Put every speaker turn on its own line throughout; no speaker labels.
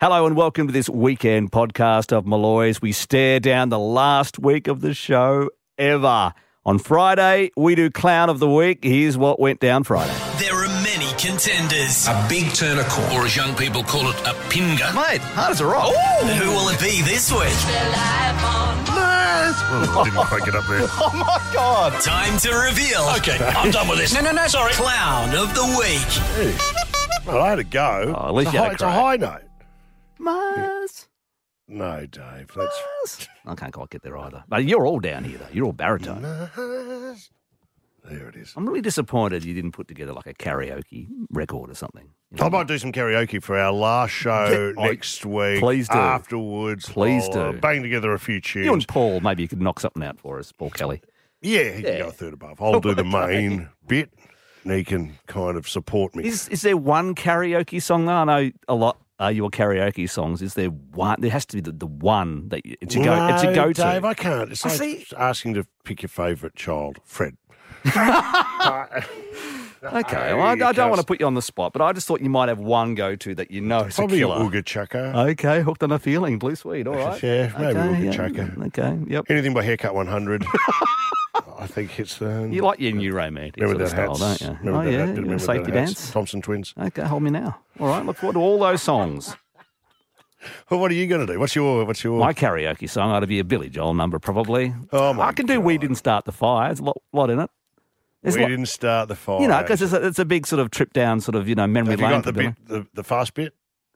Hello and welcome to this weekend podcast of Malloy's. We stare down the last week of the show ever. On Friday, we do Clown of the Week. Here's what went down Friday.
There are many contenders.
A big turn of corn.
or as young people call it, a pinger.
Mate, hard as a rock.
Who will it be this week?
Oh, didn't quite get up there.
Oh
Time to reveal.
Okay, I'm done with this. No, no, no, sorry.
Clown of the week.
Well, I had a go.
Oh, at least
it's,
you
a
had
high,
a
it's a
crack.
high note.
Mars.
No, Dave. That's
I can't quite get there either. But you're all down here, though. You're all baritone.
Mars. There it is.
I'm really disappointed you didn't put together like a karaoke record or something. You know?
I might do some karaoke for our last show
Oh,
next week.
please do.
Afterwards,
Please
I'll, uh,
do.
bang together a few tunes.
You and Paul, maybe you could knock something out for us, Paul Kelly.
yeah, he can go a third above. I'll do the main bit, and he can kind of support me.
Is is there one karaoke song? though? I know a lot are your karaoke songs. Is there one? There has to be the, the one that you, it's a go. it's a
No,
go
Dave,
to.
I can't. It's
I
like
see-
asking to pick your favourite child, Fred.
Okay, well, I, I don't want to put you on the spot, but I just thought you might have one go to that you know is a
Probably a
killer. Uh,
Ooga Chucker.
Okay, hooked on a feeling, blue sweet. All right,
Yeah,
okay,
maybe Ooga
yeah,
Chucker.
Okay, yep.
Anything by Haircut 100. I think it's um, the.
You like your new romantic
remember that
sort of
hats?
style, don't you?
Remember that
oh yeah,
hat? Did you
yeah,
remember
safety
that hats?
dance.
Thompson Twins.
Okay, hold me now. All right, look forward to all those songs.
Well, what are you going to do? What's your what's your
My karaoke song ought to be a Billy Joel number, probably.
Oh, my
I can do "We
God.
Didn't Start the Fire." There's a lot, lot in it. There's
We
a lot,
didn't start the fire.
you know, because it's, a- it's a big sort of trip down, sort of you know memory
have you
lane.
got
for
the
Billy.
bit, the, the fast bit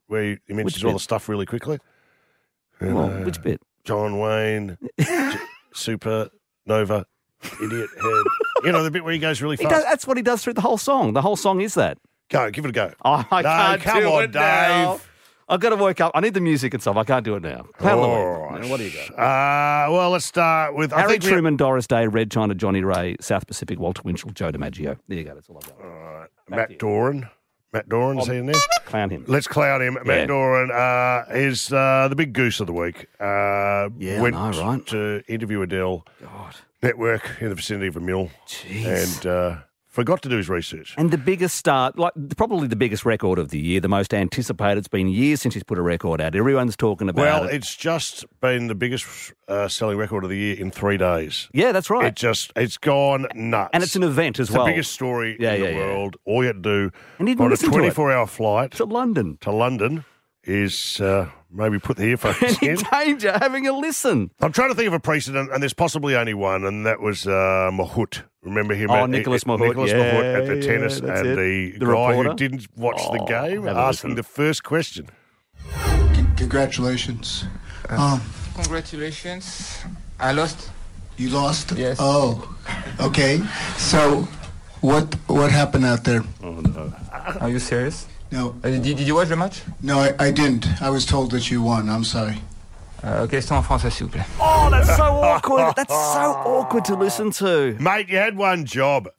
where he he mentions
Which
all
bit?
the stuff really quickly?
well,
Uh,
which bit?
John Wayne, J- Super Nova, idiot head. You know the bit where he goes really
He
fast.
does, that's what he does through the whole song. The whole song is that.
Go, give it a go.
Oh, I
No,
can't
come
do
on,
it now.
Dave.
I've got to work up. I need the music and stuff. I can't do it now. Clown of the
All
Week.
right.
Now, What do you got?
Uh, well, let's start with I
Harry
think we-
Truman, Doris Day, Red China, Johnny Ray, South Pacific, Walter Winchell, Joe DiMaggio. There you go. That's all I've got.
Matt Doran. Matt Doran,
Um,
is he in there?
Clown him.
Let's cloud him.
Yeah.
Matt Doran uh, is uh, the big goose of the week. Uh,
Yeah, I
went
know, right?
to interview Adele,
God,
network in the vicinity of a mill,
jeez.
and uh, forgot to do his research.
And the biggest start, like probably the biggest record of the year, the most anticipated. It's been years since he's put a record out. Everyone's talking about
Well,
it.
it's just been the biggest uh, selling record of the year in three days.
Yeah, that's right.
It just it's gone nuts,
and it's an event as
It's
well.
the biggest story
Yeah,
in
yeah,
the
yeah.
world. All you had to do
And he didn't
on a
listen to it.
twenty-four hour flight
to London.
to London is uh, maybe put the earphones
Any
in.
danger having a listen?
I'm trying to think of a precedent, and there's possibly only one, and that was uh, Mahut. Remember him?
Oh,
at-
Nicholas
at-
Mahut.
Nicholas
Yeah,
Mahut at the
yeah,
tennis,
that's
and
it.
the,
The
guy
reporter.
who didn't watch the
Oh,
game
have a
asking
listen.
the first question.
Congratulations. Um,
Congratulations. I lost.
you lost.
Yes.
Oh, okay. So, what what happened out there?
Are you serious?
No,
Uh, did, did you watch the match?
no, I, I didn't. I was told that you won. I'm sorry.
Uh, question en français, s'il vous plaît.
Oh, that's so awkward. That's so awkward to listen to.
Mate, you had one job.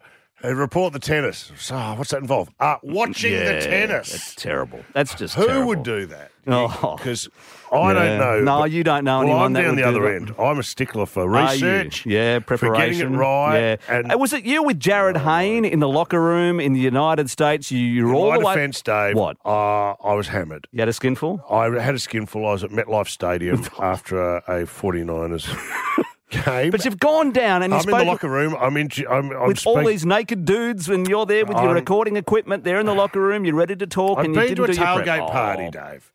uh, report the tennis. So, what's that involve? Uh, watching the
That's
tennis.
terrible. That's just
Who
terrible.
would do that?
Oh.
Because I
Yeah.
don't know.
No,
but-
you don't know
well,
anyone
I'm
that
down
would
the
do
other
that.
end. I'm a stickler for
Are you?
research.
Yeah, preparation.
For getting it right.
Yeah.
And Oh,
Uh, was it you with Jared Hayne in the locker room in the United States? You, you're
in
all
my
the way.
defence, Dave,
What?
Uh, I was hammered.
You had a skinful?
I had a skinful. I was at MetLife Stadium after a, a 49ers game.
But you've gone down and you
I'm in
spoke
the locker room. I'm in. I'm, I'm
with all
speak-
these naked dudes, and you're there with your
I'm-
recording equipment. They're in the locker room. You're ready to talk,
I've
and you
been to
didn't
a
do your prep.
tailgate party,
Oh,
Dave.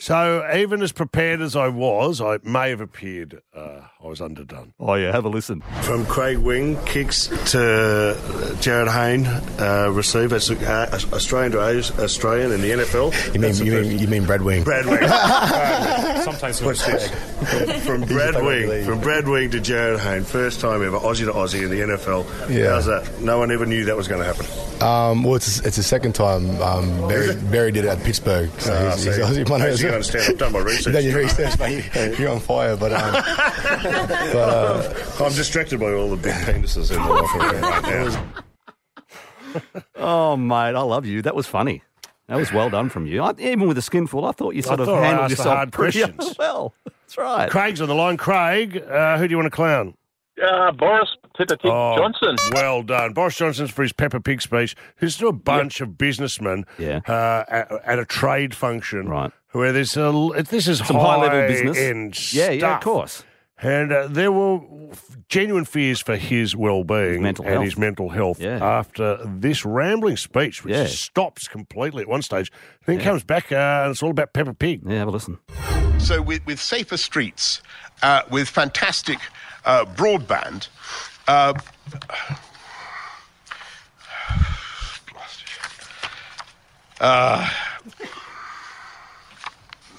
So even as prepared as I was, I may have appeared. Uh, I was underdone.
Oh yeah, have a listen.
From Craig Wing, kicks to Jared Hayne, uh, receive. That's uh, Australian to Australian in the NFL.
You mean,
That's the
you
first-
mean you mean bread wing?
Brad Wing.
Sometimes
What's this? From Brad Wing, from Brad Wing to Jared Hayne, first time ever Aussie to Aussie in the NFL.
Yeah.
How's that? No one ever knew that was going to happen.
Um, well, it's it's the second time um, Barry, Barry did it at Pittsburgh. So
Ah,
he's, he's,
so
he's one of
how's
those.
he gonna stand? I've done my research.
You've done your research, mate. You're on fire, but. Um,
I'm distracted by all the big penises in the locker room right now.
Oh mate, I love you. That was funny. That was well done from you. I, even with a skinful, I thought you sort of
thought I
handled
asked the
yourself
hard
pretty
questions.
well. That's right.
Craig's on the line. Craig, uh, who do you want to clown? Oh,
Uh, Boris Pepper Pig Johnson.
Well done. Boris Johnson's for his Pepper Pig speech. There's still a bunch of businessmen
Yeah.
uh, at, at a trade function.
Right.
Where there's a, l- this is
Some high-level business.
end
Yeah, yeah, of
stuff.
course.
And uh, there were f- genuine fears for his well-being
mental
and
health.
his mental health
Yeah.
after this rambling speech, which
Yeah.
stops completely at one stage, then comes back uh, and it's all about Peppa Pig.
Yeah, have a listen.
So, with, with safer streets, uh, with fantastic uh, broadband, uh, uh,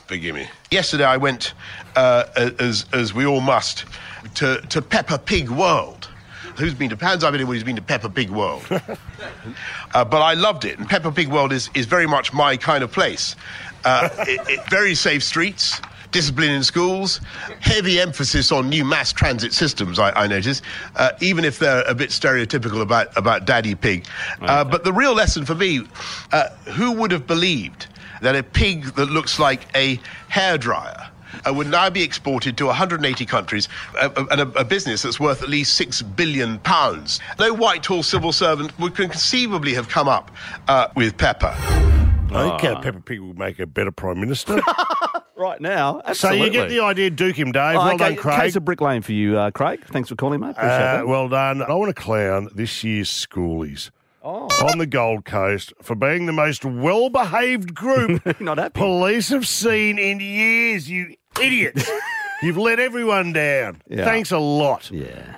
forgive me. Yesterday, I went, uh, a- as, as we all must, to, to Peppa Pig World. Who's been to Pounds? I've been who's been to Peppa Pig World. Uh, but I loved it. And Peppa Pig World is, is very much my kind of place. Uh, it, it- very safe streets, discipline in schools, heavy emphasis on new mass transit systems, I, I notice, uh, even if they're a bit stereotypical about, about Daddy Pig. Uh, but the real lesson for me uh, who would have believed that a pig that looks like a hairdryer? Uh, would now be exported to 180 countries uh, uh, and a, a business that's worth at least six billion pounds. No Whitehall civil servant would conceivably have come up uh, with Pepper.
I think
Ah.
uh, Peppa Pig would make a better prime minister.
Right now,
so
absolutely.
you get the idea, Duke him, Dave.
Oh,
well
okay,
done, Craig.
Case of Brick Lane for you, uh, Craig. Thanks for calling, mate. Appreciate
Uh,
that.
well done. I want to clown this year's schoolies
Oh.
on the Gold Coast for being the most well behaved group
Not happy.
police have seen in years, you idiots. You've let everyone down.
Yeah.
Thanks a lot.
yeah.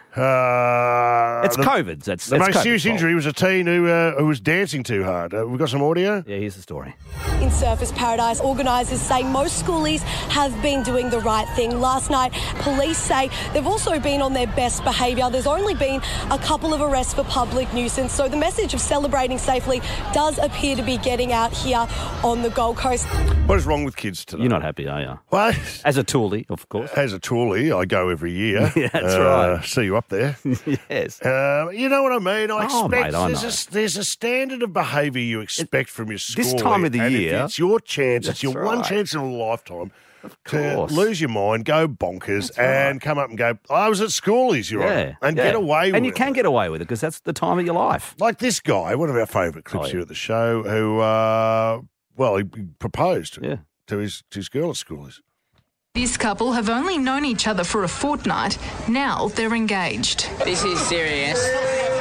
Uh,
It's
the,
COVID. That's
the
it's
most
COVID's
serious
fault.
injury was a teen who, uh, who was dancing too hard. Uh, we've got some audio.
Yeah, here's the story.
In Surfers Paradise, organisers say most schoolies have been doing the right thing. Last night, police say they've also been on their best behaviour. There's only been a couple of arrests for public nuisance, so the message of celebrating safely does appear to be getting out here on the Gold Coast.
What is wrong with kids today?
You're not happy, are you?
Well,
As a toolie, of course.
as a toolie, I go every year.
Yeah, that's
Uh,
right.
See you up there.
yes.
Uh, you know what I mean. I
Oh,
expect
mate, I
there's, a, there's a standard of behaviour you expect from your school.
time of the
and if
year-
it's your chance. It's your
That's
one
right.
chance in a lifetime to
course.
lose your mind, go bonkers, and come up and go. I was at schoolies, you're
Yeah.
and
yeah.
get away with
And you
it.
can get away with it because that's the time of your life.
Like this guy, one of our favourite
Oh,
clips
yeah.
here at the show, who, uh, well, he proposed
Yeah.
to his to his girl at schoolies.
This couple have only known each other for a fortnight. Now they're engaged.
This is serious.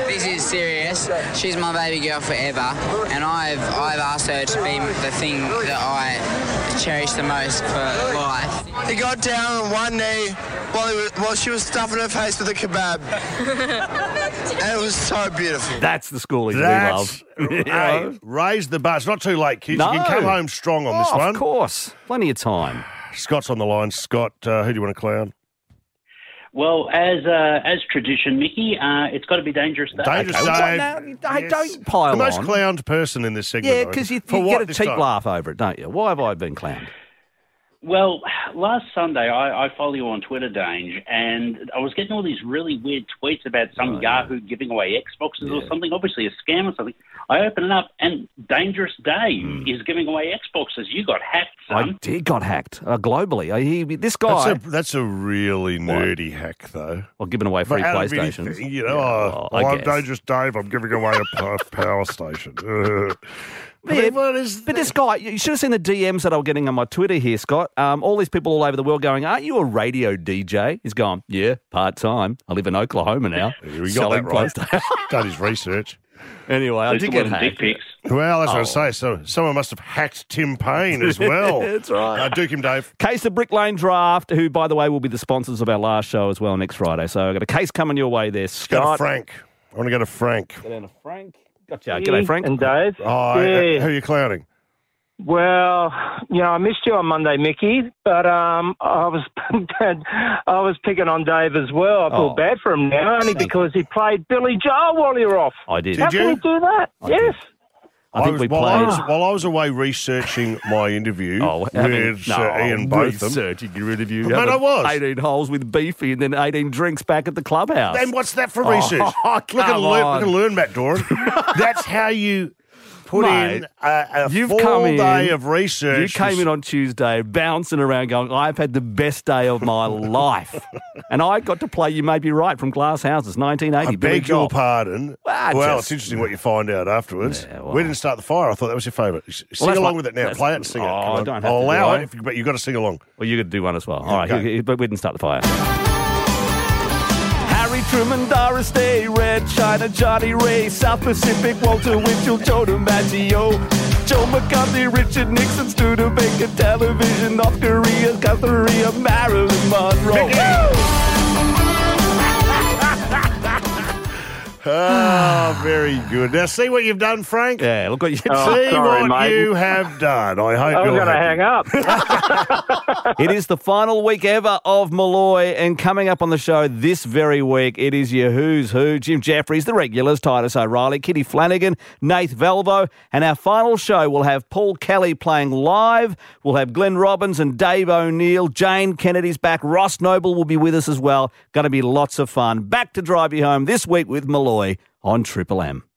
This is serious. She's my baby girl forever, and I've I've asked her to be the thing that I cherish the most for life.
He got down on one knee while, he was, while she was stuffing her face with a kebab. and it was so beautiful.
That's the schooling that we
That's
love. You know?
hey, raise the bar. It's not too late, kids.
No.
You can come home strong on this
Oh,
one.
Of course. Plenty of time.
Scott's on the line. Scott, uh, who do you want to clown?
Well, as uh, as tradition, Mickey, uh, it's got to be dangerous. Day.
Dangerous
Okay, what
Dave.
now? Hey, don't pile
The most
on.
clowned person in this segment.
Yeah,
I
because you,
reckon.
you
For what
get a
this
cheap
time?
laugh over it, don't you? Why have I been clowned?
Well, last Sunday I, I follow you on Twitter, Dange, and I was getting all these really weird tweets about some Yahoo giving away Xboxes or something. Obviously, a scam or something. I open it up, and Dangerous Day is giving away Xboxes. You got hacked,
I
son.
did got hacked uh, globally. I, he, this
That's
guy.
a, that's a really nerdy hack, though.
well, giving away free
But out of
PlayStations.
anything, you know,
Yeah,
oh,
well, I
I'm
guess.
Dangerous Dave. I'm giving away a pow- power station. I
Yeah,
mean, what is
But this guy, you should have seen the DMs that I was getting on my Twitter here, Scott. Um, all these people all over the world going, "Aren't you a radio DJ?" He's gone, "Yeah, part time. I live in Oklahoma now,
We got
selling
that right.
PlayStation."
Done his research.
anyway, I
At least
did
it
get
wasn't
hacked.
dick pics.
Well,
Oh.
that's what I say. So someone must have hacked Tim Payne as well.
That's right.
Uh, Duke him, Dave.
Case of Brick Lane Draft, who, by the way, will be the sponsors of our last show as well next Friday. So I've got a case coming your way there,
Go to
Scott.
Frank. I want to go to Frank.
Get down to Frank. Gotcha. G'day, Frank.
And uh, Dave.
Oh, Who are you clowning?
Well, you know, I missed you on Monday, Mickey, but um, I was I was picking on Dave as well. I feel
Oh.
bad for him now, only because he played Billy Joel while you were off.
I did.
How
Did
can
you?
he do that? yes.
I think
was,
we
while, I
played.
was, while I was away reaching my interview
Oh,
with
having,
uh,
no,
Ian Botham,
researching rid of you.
Mate,
having
I was.
18 holes with Beefy and then 18 drinks back at the clubhouse.
Then what's that for
Oh,
research?
come
look, at learn,
on.
look at learn, Matt Doran. That's how you put in a, a full day of research.
You came in on Tuesday bouncing around going, I've had the best day of my life. And I got to play You May Be Right from Glass Houses, 1980.
I beg your pardon.
Ah,
well,
just-
it's interesting what you find out afterwards. We didn't start the fire. I thought that was your favourite. S- Sing
that's
along
my-
with it now.
that's-
Play it and sing
Oh,
it. Come
I
on.
don't have
I'll
to do
allow
that.
it, if you, but you've got to sing along.
Well, you got to do one as well. All right,
Okay.
you- but we didn't start the fire. Harry Truman, Doris Day, Red China, Johnny Ray, South Pacific, Walter Winchell, Joe DiMaggio, Joe McCarthy, Richard Nixon, Studebaker, Television, North Korea, Catherine, Marilyn Monroe.
Ah, very good. Now, see what you've done, Frank?
Yeah, look what you
Oh,
See
sorry,
what
mate.
you have done. I hope
I'm
you're
going to
happy.
hang up.
It is the final week ever of Malloy, and coming up on the show this very week, it is your who's who. Jim Jeffries, the regulars, Titus O'Reilly, Kitty Flanagan, Nath Valvo, and our final show will have Paul Kelly playing live. We'll have Glenn Robbins and Dave O'Neill. Jane Kennedy's back. Ross Noble will be with us as well. Going to be lots of fun. Back to drive you home this week with Malloy on Triple M.